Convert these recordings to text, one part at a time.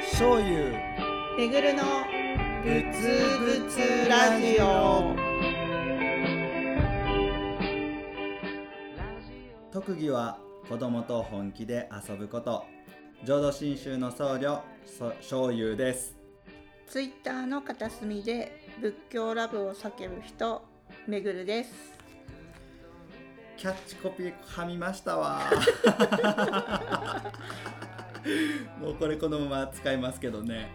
醤油めぐるのぶつぶつラジオ特技は子供と本気で遊ぶこと浄土真宗の僧侶そ醤油ですツイッターの片隅で仏教ラブを叫ぶ人めぐるですキャッチコピーはみました わもうこれこのまま使いますけどね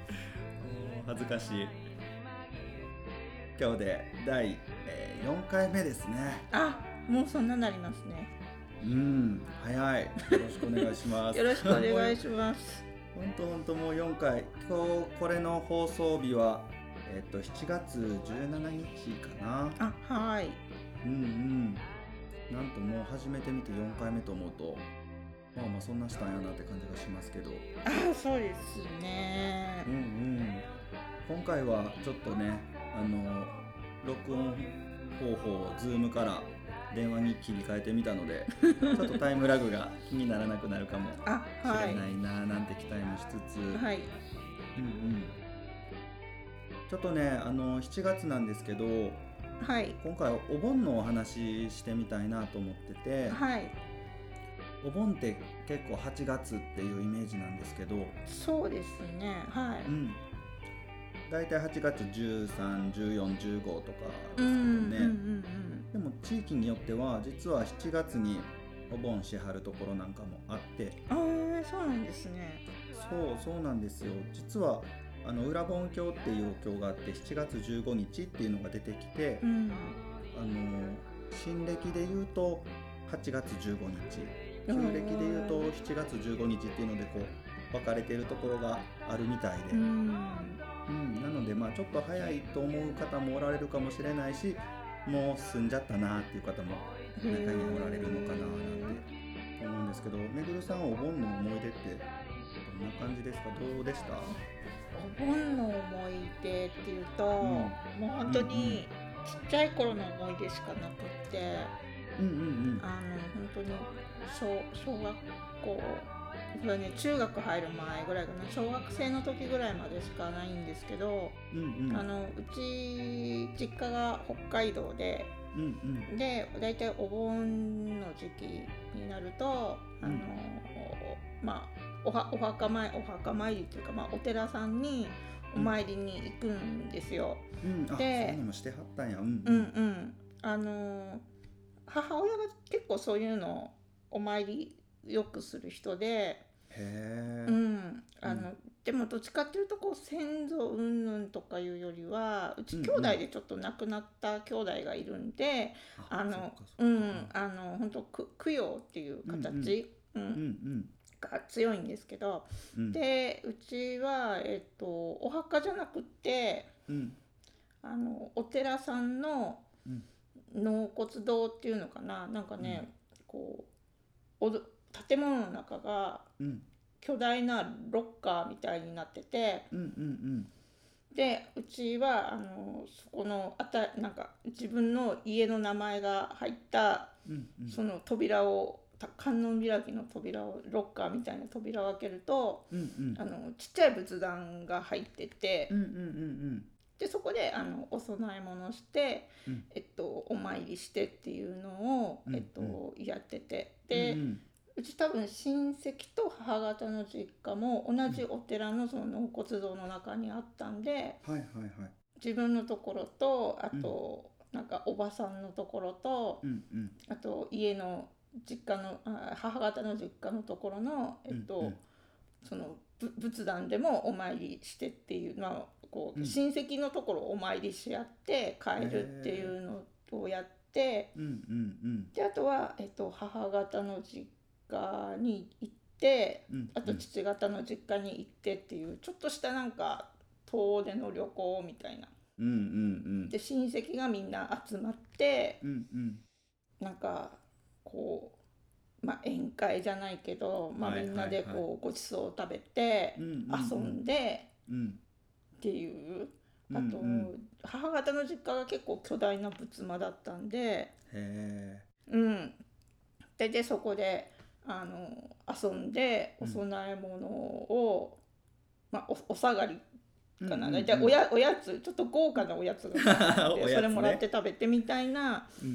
もう恥ずかしい今日で第、えー4回目ですねあもうそんなになりますねうん早いよろしくお願いしますよろしくお願いします本当本当もう4回今日これの放送日はえっと7月17日かなあはいうんうんなんともう始めてみて4回目と思うとまあまあそんなしたんやなって感じがしますけどあそうですねうんうん今回はちょっとねあの録音方法を Zoom から電話に切り替えてみたのでちょっとタイムラグが気にならなくなるかもしあれはないなあなんて期待もしつつ、いはいうんうん、ちょっとねあの7月なんですけどはい今回お盆のお話ししてみたいなと思ってて、はいお盆って結構8月っていうイメージなんですけど、そうですねはういん、大体8月131415とかですけどうんね、うんうんでも地域によっては実は7月にお盆しはるところなんかもあってうんあーそうなんですねそうそうなんですよ実はあの裏盆教っていうお経があって7月15日っていうのが出てきて、うんあの新暦で言うと8月15日旧暦で言うと7月15日っていうのでこう分かれてるところがあるみたいで、ううんんなのでまあちょっと早いと思う方もおられるかもしれないしもう済んじゃったなっていう方も中にはおられるのかななんて思うんですけどめぐるさんはお盆の思い出ってどんな感じですかどうでしたお盆の思い出っていうと、んもう本当にちっちゃい頃の思い出しかなくって、うんうんあの本当に小小学校それはね中学入る前ぐらいかな小学生の時ぐらいまでしかないんですけど、うんうんうんあのうち実家が北海道でうんうんで大体お盆の時期になるとあの、うんまあおはお墓参お墓参りっていうか、まあ、お寺さんにお参りに行くんですよ。うんあそうでいうのもしてはったんやうんうんうん、あの母親が結構そういうのお参りよくする人で、へえうんあのでもどっちかっていうとこう先祖云々とかいうよりはうち兄弟でちょっと亡くなった兄弟がいるんで。そあっのかそっかうんあの本当く供養っていう形、うんうんうんが強いんですけど、うんでうちはえっとお墓じゃなくってうんあのお寺さんのうん納骨堂っていうのかななんかね、こうおど建物の中がうん巨大なロッカーみたいになっててうんうんでうちはあのそこのあたなんか自分の家の名前が入ったうんうんうんその扉をた観音開きの扉をロッカーみたいな扉を開けるとうんうんあのちっちゃい仏壇が入ってて、うんうんうんでそこであのお供え物して、うんえっと、お参りしてっていうのを、うんえっと、やっててうんで、ううんち多分親戚と母方の実家も同じお寺のその納骨堂の中にあったんではいはいはい自分のところとあと、なんかおばさんのところと、うんうんあと家の実家のあ母方の実家のところの、えっとうんうんそのぶ仏壇でもお参りしてっていう、まあ、こううん親戚のところをお参りし合って帰るっていうのをやってうんうんであとは、えっと、母方の実家に行ってうんうんあと父方の実家に行ってっていうちょっとしたなんか遠出の旅行みたいな。うんうんで親戚がみんな集まってうんうんうんなんかこう、まあ、宴会じゃないけど、まあ、はいみんなではいはこうごちそうを食べてうんうん遊んでうんっていううんあとうん母方の実家が結構巨大な仏間だったんでへうんででそこであの遊んでうおん供え物をまあ、おお下がりうんかな、うん大体おやおやつちょっと豪華なおやつがあ っおやつて、ねそれもらって食べてみたいなうん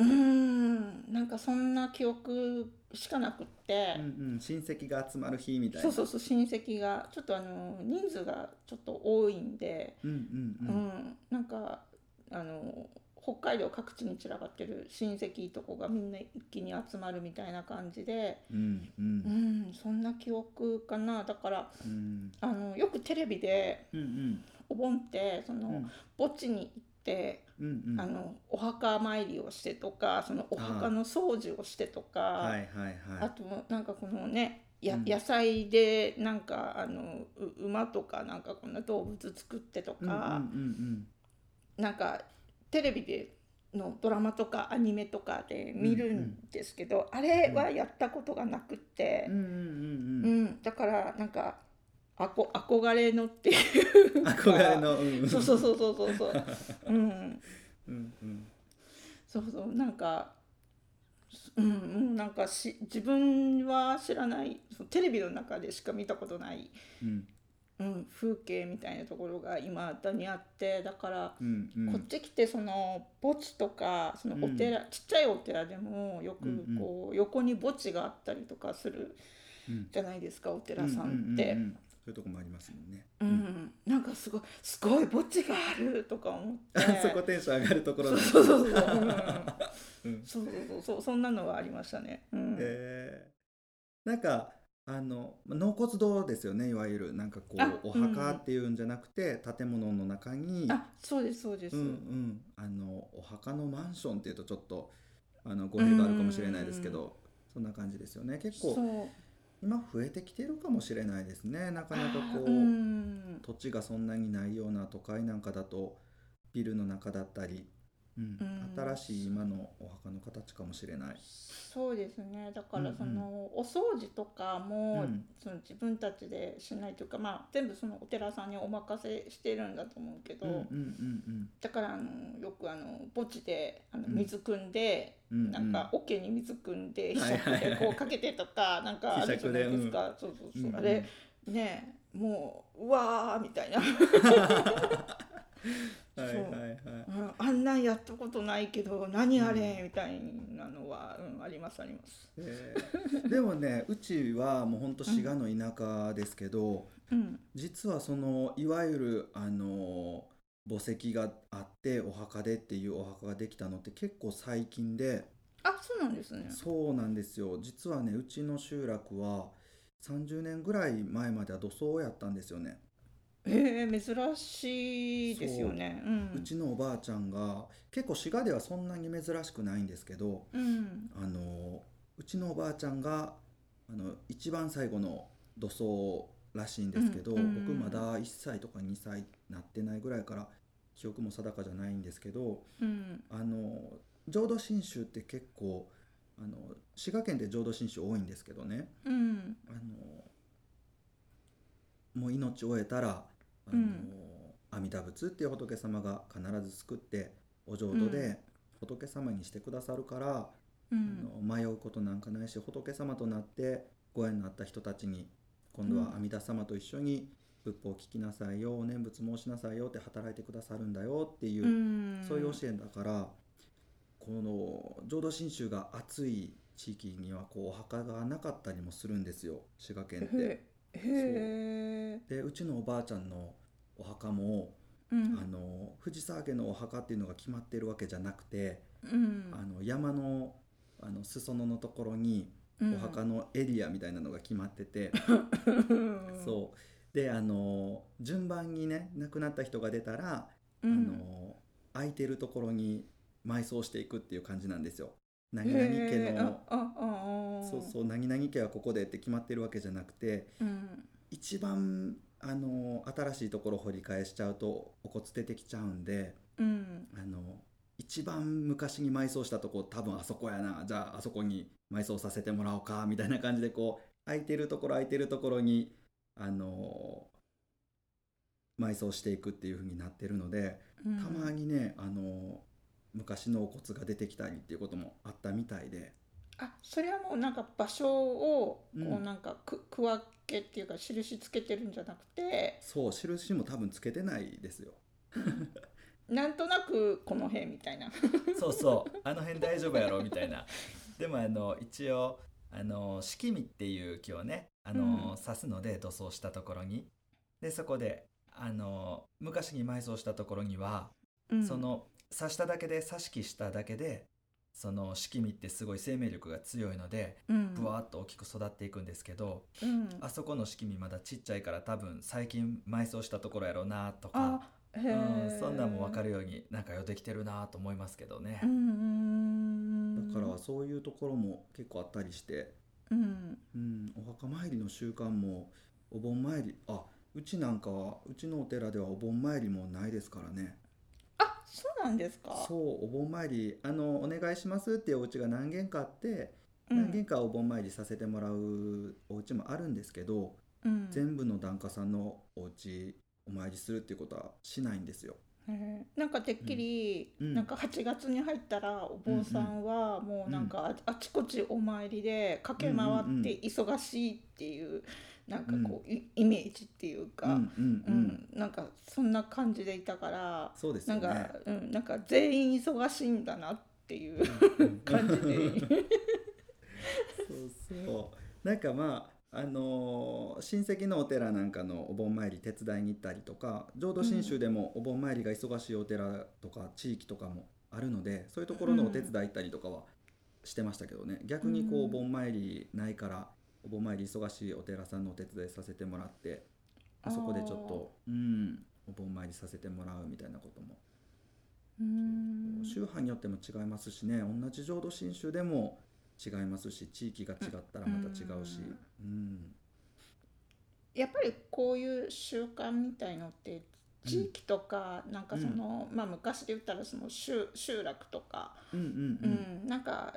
うんうーんなんかそんな記憶しかなくってう、んうん、親戚が集まる日みたいなそうそうそう親戚がちょっとあの人数がちょっと多いんで、うんううんんうんなんかあの北海道各地に散らばってる親戚とこがみんな一気に集まるみたいな感じで、うんううんん、そんな記憶かなだからうんあのよくテレビでうんうんお盆ってその、うん墓地に行って、うんうんあのお墓参りをしてとかそのおあー墓の掃除をしてとか、はいはいあはとなんかこのねやうん野菜でなんかあのう馬とかなんかこんな動物作ってというんうんか、うんなんかテレビでのドラマとかアニメとかで見るんですけど、あれはやったことがなくてうんう、んうんうんうんだからなんかあこ憧れのっていううん憧れのうんそ うそうそうそうそうそう、うん、うんうんそうそうなんか、うん、もうなんかし自分は知らないそのテレビの中でしか見たことないうんうん、風景みたいなところが今だにあってだから、うんうんこっち来てその墓地とかそのお寺、ちっちゃいお寺でもよくうんうんこう、横に墓地があったりとかするうんじゃないですかお寺さんっううてう。うんそういうとこもありますもんねうんなんかすごいすごい墓地があるとか思って そこテンション上がるところそだうそうそうそう、うん、うんそうそうそうそうそんなのはありましたね。うん えーなんかあのま納骨堂ですよねいわゆるなんかこあうお墓っていうんじゃなくて、建物の中にあそうですそうです。うんうん、あのお墓のマンションっていうとちょっとあの語弊があるかもしれないですけど、そんな感じですよね結そ構う今増えてきてるかもしれないですねなかなかこう、うん土地がそんなにないような都会なんかだとビルの中だったり、うんうん新しい今のお墓の形かもしれない。そうですねだかうんうらんその、お掃除とかも、うんその自分たちでしないというか、まあ、全部そのお寺さんにお任せしてるんだと思うけど、うんうんうんだからあのよくあの墓地であのうん水汲んで、うんうんなんか桶に水汲んでひはいしゃはいはいくでこうかけて とかなんかあるじゃないですか、そうそううそう、んうんあれねもううわーみたいな、 はいそうはいはいうんあんなんやったことないけど何あれ、みたいなのは、うん、ありますあります。えーでもねうちはもうほんと滋賀の田舎ですけど、うん実はそのいわゆるあの墓石があってお墓でっていうお墓ができたのって結構最近で、あそうなんですね。そうなんですよ実はねうちの集落は30年ぐらい前までは土葬やったんですよね、ええ珍しいですよね。うん。うちのおばあちゃんが結構滋賀ではそんなに珍しくないんですけどうん。あのうちのおばあちゃんがあの一番最後の土葬らしいんですけど、うんうん僕まだ1歳とか2歳なってないぐらいから記憶も定かじゃないんですけどうん。あの浄土真宗って結構あの滋賀県で浄土真宗多いんですけどねうん。あのもう命を終えたらあの、うん阿弥陀仏っていう仏様が必ず救ってお浄土うで仏様にしてくださるから、うあん。の迷うことなんかないし仏様となってご縁のあった人たちに今度うはん阿弥陀様と一緒に仏法を聞きなさいよお念仏申しなさいよって働いてくださるんだよっていうう、ん。そういう教えだからこの浄土真宗が熱い地域にはこうお墓がなかったりもするんですよ滋賀県って。へえ。へえ。でうちのおばあちゃんのお墓も、うあん。の藤沢家のお墓っていうのが決まってるわけじゃなくて、うんあの山のあの裾野のところにうんお墓のエリアみたいなのが決まってて、うんそうであの順番にね亡くなった人が出たら、うん。あの空いてるところに埋葬していくっていう感じなんですよ。何々家へえのああああ。そうそう何々家はここでって決まってるわけじゃなくてうん。一番あの新しいところ掘り返しちゃうとお骨出てきちゃうんでうん。あの一番昔に埋葬したとこ多分あそこやなじゃああそこに埋葬させてもらおうかみたいな感じでこう空いてるところ空いてるところにあの埋葬していくっていう風になってるのでうんたま。にねあの昔のお骨が出てきたりっていうこともあったみたいであそれはもうなんか場所をうんこうなんかく区分けっていうか印つけてるんじゃなくてそう印も多分つけてないですよなんとなくこの辺みたいな。そうそうあの辺大丈夫やろみたいなでもあの一応あの式見っていう木をねあの、うん刺すので塗装したところにでそこであの昔に埋葬したところには、うんその刺しただけで刺し木しただけでその式見ってすごい生命力が強いのでうんぶわっと大きく育っていくんですけど、うんあそこの式見まだちっちゃいから多分最近埋葬したところやろなとあか、へうんえ、そんなんも分かる。るようになんかよできてるなと思いますけどね。うんうんうん。だからそういうところも結構あったりして、うんうん、お墓参りの習慣もお盆参りあうちなんかはうちのお寺ではお盆参りもないですからねあそうなんですか。そうお盆参りあのお願いしますっていうお家が何軒かあって、うん何軒かお盆参りさせてもらうお家もあるんですけど、うん全部の檀家さんのお家お参りするっていうことはしないんですよへえなんかてっきり、うんうんなんか8月に入ったらお坊さんはもうなんかあ,、あちこちお参りで駆け回うんうんうんって忙しいっていう,、なんかこう、いイメージっていううんか、うんうんうん、なんかそんな感じでいたから、そうですなよんねか、うん、なんか全員忙しいんだなっていう感じで。そうそうなんかまああのー親戚のお寺なんかのお盆参り手伝いに行ったりとか浄土真宗でもお盆参りが忙しいお寺とか地域とかもあるのでそういうところのお手伝い行ったりとかはしてましたけどね、逆にこううんお盆参りないからお盆参り忙しいお寺さんのお手伝いさせてもらってあーそこでちょっとうんお盆参りさせてもらうみたいなこともうん宗派によっても違いますしね同じ浄土真宗でも違いますし地域が違ったらまた違うし、うんやっぱりこういう習慣みたいのって地域とか、なんかその、まあ昔で言ったらその集集落とか、うんうんううんんなんか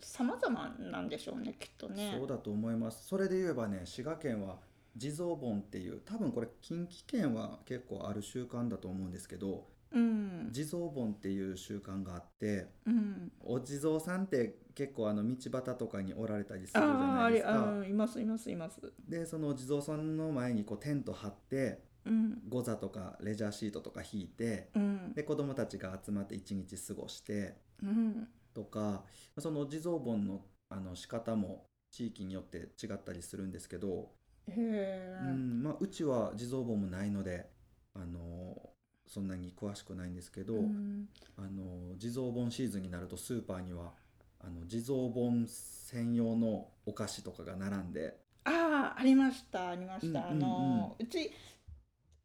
様々なんでしょうねきっとねそう。だと思いますそれで言えばね滋賀県は地蔵盆っていう多分これ近畿圏は結構ある習慣だと思うんですけどうん地蔵盆っていう習慣があってうん、お地蔵さんって結構あの道端とかにおられたりすあるじあゃあないでれすあかーいますいますいます。でそのお地蔵さんの前にこうテント張ってうんゴザとかレジャーシートとか引いてうんで子供たちが集まって一日過ごしてうんとかその地蔵盆のあの仕方も地域によって違ったりするんですけど、へえう、んまあ、うちは地蔵盆もないので、あのそんなに詳しくないんですけど、うんあの地蔵盆シーズンになるとスーパーにはあの地蔵盆専用のお菓子とかが並んで、ああありましたありました、うんうんうんあのうち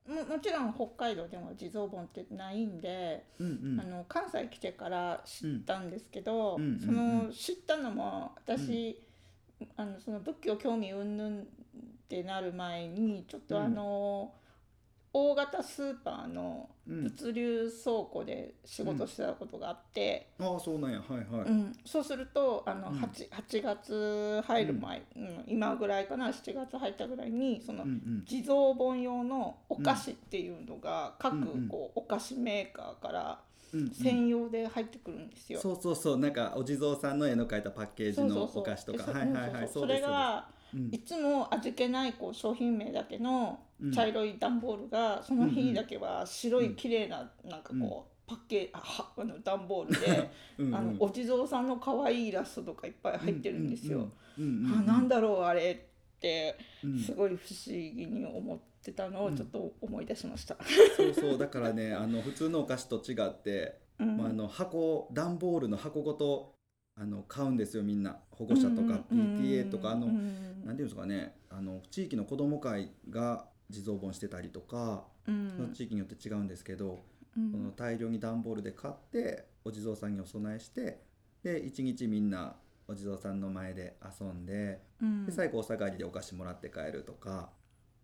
ももちろん北海道でも地蔵盆ってないんで、うんうんあの関西来てから知ったんですけど、うんうんうんその知ったのも私、あのその仏教興味云々ってなる前にちょっうとんあの、大型スーパーのうん、物流倉庫で仕事してたことがあって、ああそうなんやはいはうい、んそうするとあのうん 8, 8月入る前、うん今ぐらいかな7月入ったぐらいにその、うんうん、地蔵盆用のお菓子っていうのが各うんうんこうお菓子メーカーからうんうん専用で入ってくるんですよ。そうそうそうなんかお地蔵さんの絵の描いたパッケージそうのそうそうお菓子とかではいはいはいそうそうそううそですれがそうですいつも味気ないこう商品名だけのうん茶色い段ボールが、そのうんう日んだけは白ういん綺麗ななんかこう、うんパッケーあはあの段ボールでうんうんあのお地蔵さんの可愛いイラストとかいっぱい入ってるんですよ。。うんあなん、だろうあれってうんうんすごい不思議に思ってたのをちょっと思い出しました。そうそうだからねあの普通のお菓子と違って、うんまあ、あの箱段ボールの箱ごとあの買うんですよみんな保護者とかうん PTA とかあのうんなんていうんですかねあの地域の子ども会が地蔵盆してたりとか、うんその地域によって違うんですけど、うんその大量に段ボールで買ってお地蔵さんにお供えしてで一日みんなお地蔵さんの前で遊んでうんで最後お下がりでお菓子もらって帰るとか、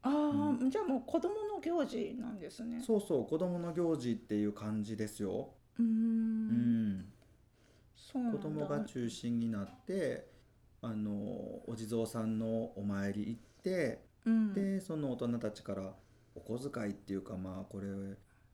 ああ、じゃあもう子供の行事なんですね。そうそう子供の行事っていう感じですよ。ううー。んんそうなん子だ。供が中心になってあのお地蔵さんのお参り行って、うん。でその大人たちからお小遣いっていうかまあこれ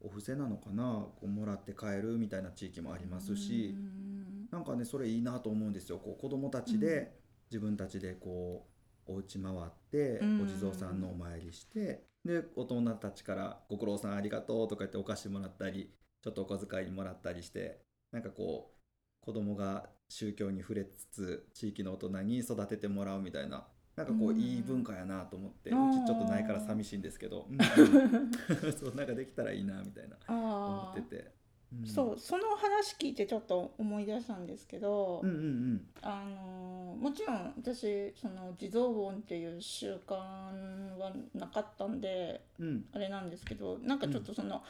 お布施なのかなこうもらって帰るみたいな地域もありますしう、んなんかねそれいいなと思うんですよこう子供たちで、うん自分たちでこうお家回って、うんお地蔵さんのお参りしてで大人たちから「ご苦労さんありがとう」とか言ってお菓子もらったりちょっとお小遣いもらったりしてなんかこう子供が宗教に触れつつ地域の大人に育ててもらうみたいな。なんかこう、うんいい文化やなと思ってうあーちちょっとないから寂しいんですけど、 うんそうなんかできたらいいなみたいな思あってあて、んそうその話聞いてちょっと思い出したんですけど、うんうんうんあのもちろん私その地蔵盆っていう習慣はなかったんでうんあれなんですけどなんかちょっとその、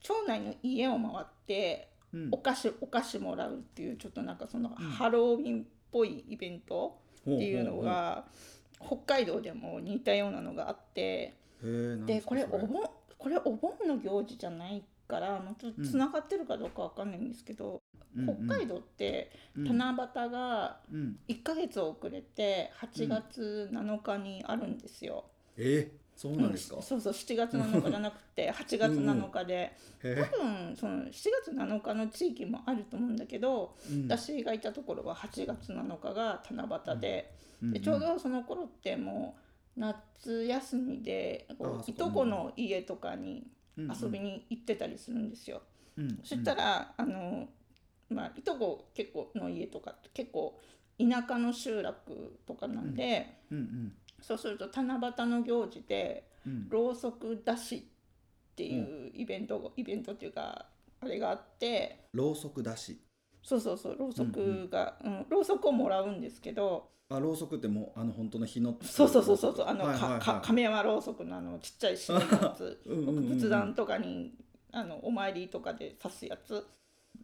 町内の家を回ってうんお菓子お菓子もらうっていうちょっとなんかそのんハロウィンっぽいイベントっっていうのが、北海道でも似たようなのがあってでこれお盆これお盆の行事じゃないからまあちょっとつながってるかどうかわかんないんですけど、北海道って棚七夕が1ヶ月遅れて8月7日にあるんですよ。えーそうなんですかうんそうそう7月7日じゃなく て8月7日で、へ多分その7月7日の地域もあると思うんだけど、ーうん私がいたところは8月7日が七夕で,、んでちょうどその頃ってもう夏休みでこあうそいっかとこの家とかに遊びに行ってたりするんですよ。うんうんそしたら、あのまあ、いとこ結構の家とかって結構田舎の集落とかなんで、うんうんそうすると七夕の行事でうんろうそく出しっていうイベントが、イベントっていうかあれがあってろうそくだしそうそうそうろうそくが、うんろうそくをもらうんですけどあろうそくってもうあの本当の火のそうそうそうそうそうあの、はいはいはいかか亀山ろうそくのあのちっちゃい白いや つうんうんうん仏壇とかにあのお参りとかで刺すやつ、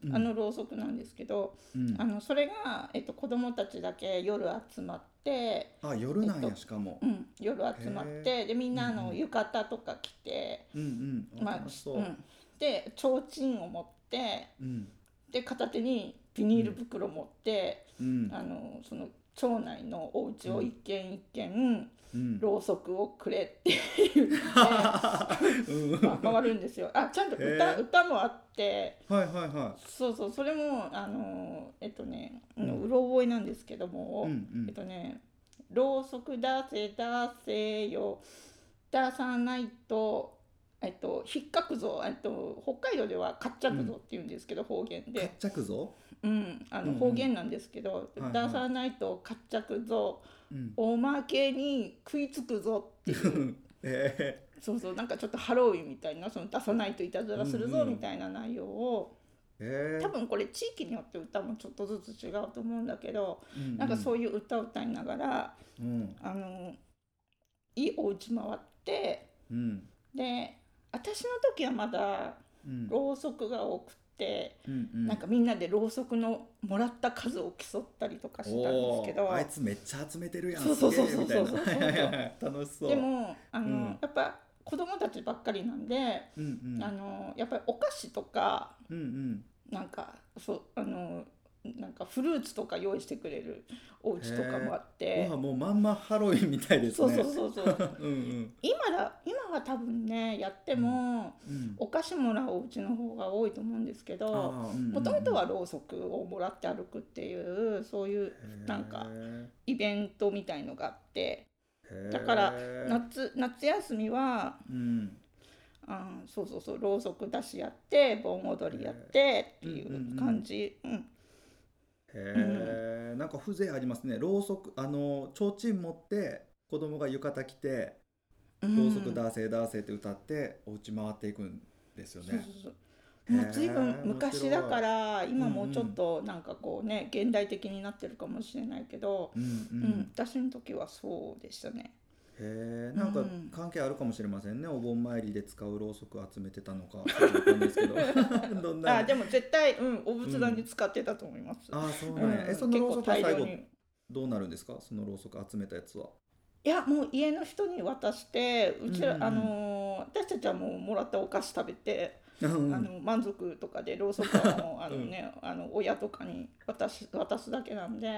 うんあのろうそくなんですけど、うんあのそれが、えっと、子供たちだけ夜集まって、あ夜なんえっやとしかもうん、夜集まっへてでみんなあうんのうん浴衣とか着て、うんうんまあ、楽しそううんで提灯を持ってうんで片手にビニール袋持って、うんあのその町内のお家を一軒一軒、うんろうそくをくれって 言って、 まあ回るんですよ。あちゃんとへ歌ー歌もあってはいはいはそうそうそれもあのえっとね、ううんうろ覚えなんですけども。いうんえっとね、ろうそく出せ出せよ出さないと、えっと、ひっかくぞ、えっと、北海道ではかっちゃくぞって言うんですけど、方言うんかっで、ちゃくぞうん、あうんのうん方言なんですけど、はいはい出さないとかっちゃくぞうん おまけに食いつくぞっていうえそうそうなんかちょっとハロウィンみたいなその出さないといたずらするうんぞうんみたいな内容を、ーえー多分これ地域によって歌もちょっとずつ違うと思うんだけど、ううなんかそういう歌を歌いながら。うんあのいいお家回ってうんで私の時はまだうんろうそくが多くて、うんうんなんかみんなでろうそくのもらった数を競ったりとかしてたんですけどおーあいつめっちゃ集めてるやんそうそうそうそうすげえみたいなそうそうそうはいはいはい 楽しそうでもあの、うんやっぱ子供たちばっかりなんで、うんうんあのやっぱりお菓子とかうんうんなんかそうあのなんかフルーツとか用意してくれるお家とかもあっうてわ。もうまんまハロウィンみたいですそうねそうそうそううんうん今だ今は多分ねやっても、うんお菓子もらうお家の方が多いと思うんですけどもともとはろうそくをもらって歩くっていうそういうなんかイベントみたいのがあってだから夏夏休みはうんあーそうそうそうろうそく出しやって盆踊りやってっていへーうんうんううん感じ、うんへえんか風情ありますねろうそくあの提灯持って子供が浴衣着てろうそくうん出せ出せって歌ってお家回っていくんですよそうねそうそうもへーう随分昔だから今もうんうんうちょっとなんかこうね現代的になってるかもしれないけど、うんううんん私の時はそうでしたね。へえなんかうん関係あるかもしれませんね、お盆参りで使うろうそく集めてたのかちょっとわかんないですけど どんなあでも絶対、うん、お仏壇に使ってたと思います。あそううなんんや、えそのろうそくは最後に。どうなるんですかそのろうそく集めたやつは、いやもう家の人に渡してうちら、うんうんうんあのー私たちはもうもらったお菓子食べて、 うんあの満足とかでろうそくはもうあの、ねあの親とかに渡し渡すだけなんで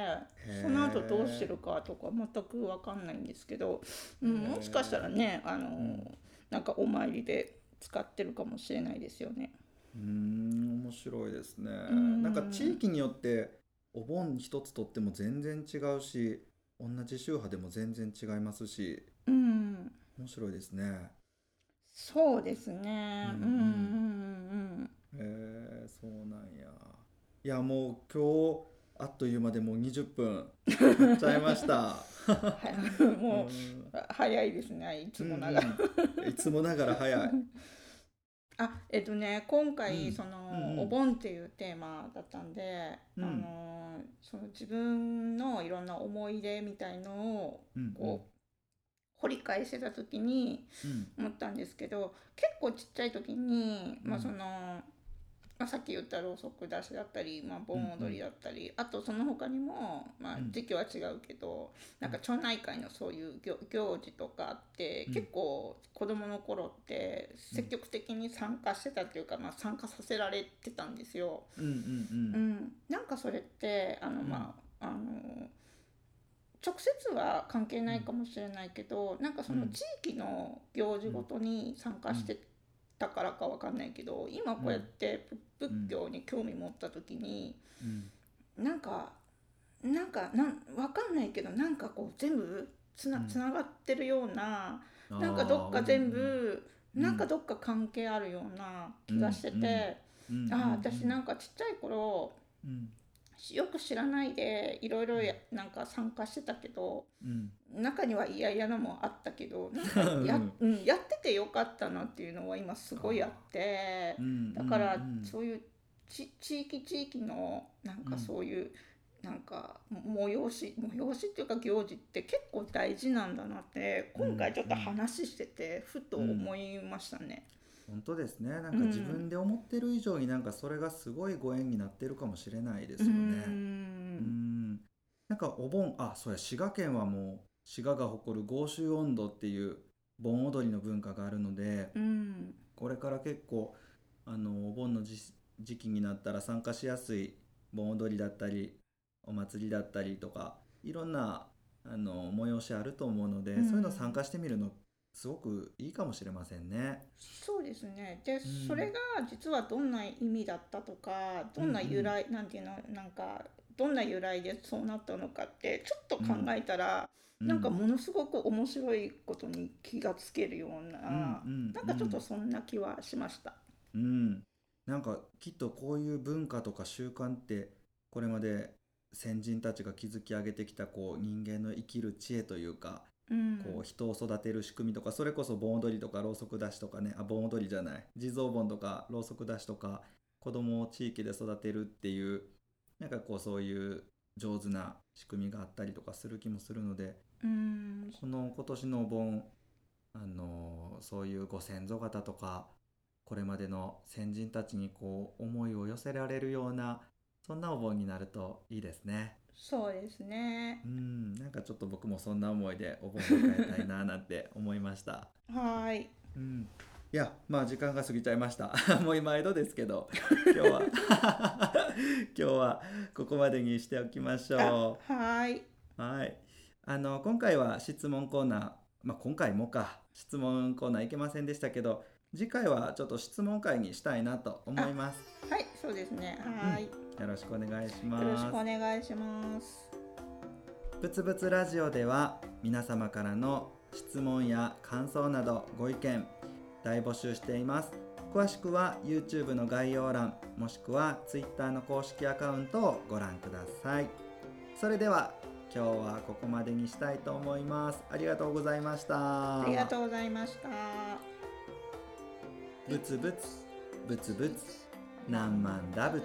その後どうしてるかとか全く分かんないんですけど、うん、へーもしかしたらね、あのーんなんかお参りで使ってるかもしれないですよね。うーん面白いですねんなんか地域によってお盆一つとっても全然違うし同じ宗派でも全然違いますしうん、面白いですねそうですね。うううんんうんんうんへえそうなんやいやもう今日あっという間でもう20分経っちゃいましたうん。はい、 うんもう早いですね。いつもながら。うんうんいつもながら 早いあ、えっとね、今回、うんそうんうんのお盆っていうテーマだったんで、うんあのーその自分のいろんな思い出みたいのをうんうんこう掘り返してた時にうん思ったんですけど、結構ちっちゃい時に、まうあんその。まあ、さっき言ったろうそく出しだったり、まあ、盆踊りだったり、あとその他にも、まあうん、時期は違うけど、なんか町内会のそういう行行事とかって、うん結構子供の頃って積極的に参加してたっていうか、まあ、参加させられてたんですよ。うんうんううんん、なんかそれってあの、うんまああの直接は関係ないかもしれないけど、なんかそのうん地域の行事ごとに参加してたからかわかんないけど今こうやってぶうん仏教に興味持った時に、うんなんかなんかなんわかんないけどなんかこう全部つなうんつながってるような、あーなんかどっか全部、うんなんかどっか関係あるような気がしてて、うんうんうんああ私なんかちっちゃい頃うんよく知らないでいろいろやなんか参加してたけどうん中には嫌々なもんあったけ どなんかや,、うん、やっててよかったなっていうのは今すごいあってう。んだからうんうんそういうち地域地域のなんうかんそういう、なんかも催し催しっていうか行事って結構大事なんだなって今回ちょっと話しててふと思いましたね。本当ですねなんかうん自分で思ってる以上になんかそれがすごいご縁になってるかもしれないですうよね。うんんなんかお盆あそうや滋賀県はもう滋賀が誇る豪州音頭っていう盆踊りの文化があるのでうんこれから結構あのお盆のじ時期になったら参加しやすい盆踊りだったりお祭りだったりとかいろんなあの催しあると思うので、うんそういうの参加してみるのすごくいいかもしれませんね。そうですねで、んそれが実はどんな意味だったとかどんな由来、なんていうのなんかどんな由来でそうなったのかってちょっと考えたら、うなんかものすごく面白いことに気がつけるよううんな、うんなんかちょっうとそんな気はしました。うん、なんかきっとこういう文化とか習慣ってこれまで先人たちが築き上げてきたこう人間の生きる知恵というか、うん、こう人を育てる仕組みとかそれこそ盆踊りとかろうそく出しとかねあ盆踊りじゃない地蔵盆とかろうそく出しとか子供を地域で育てるっていうなんかこうそういう上手な仕組みがあったりとかする気もするのでうん、この今年のお盆、あのーそういうご先祖方とかこれまでの先人たちにこう思いを寄せられるようなそんなお盆になるといいですね。そうですねう。んなんかちょっと僕もそんな思いでお盆を迎えたいななんて 思いました。はーい。うんいやまあ時間が過ぎちゃいました もう今井戸ですけど今日は 今日はここまでにしておきましあょうは。ーい。はい。あの今回は質問コーナー、まあ今回もか質問コーナーいけませんでしたけど、次回はちょっと質問会にしたいなと思います。はい、そうですね。はーい。よろしくお願いしまよろしくおす。願いします。ぶつぶつラジオでは皆様からの質問や感想などご意見大募集しています。詳しくは YouTube の概要欄もしくは Twitter の公式アカウントをご覧ください。それでは今日はここまでにしたいと思います。ありがとうございました。ありがとうございました。ブツブツブツブツ何万打仏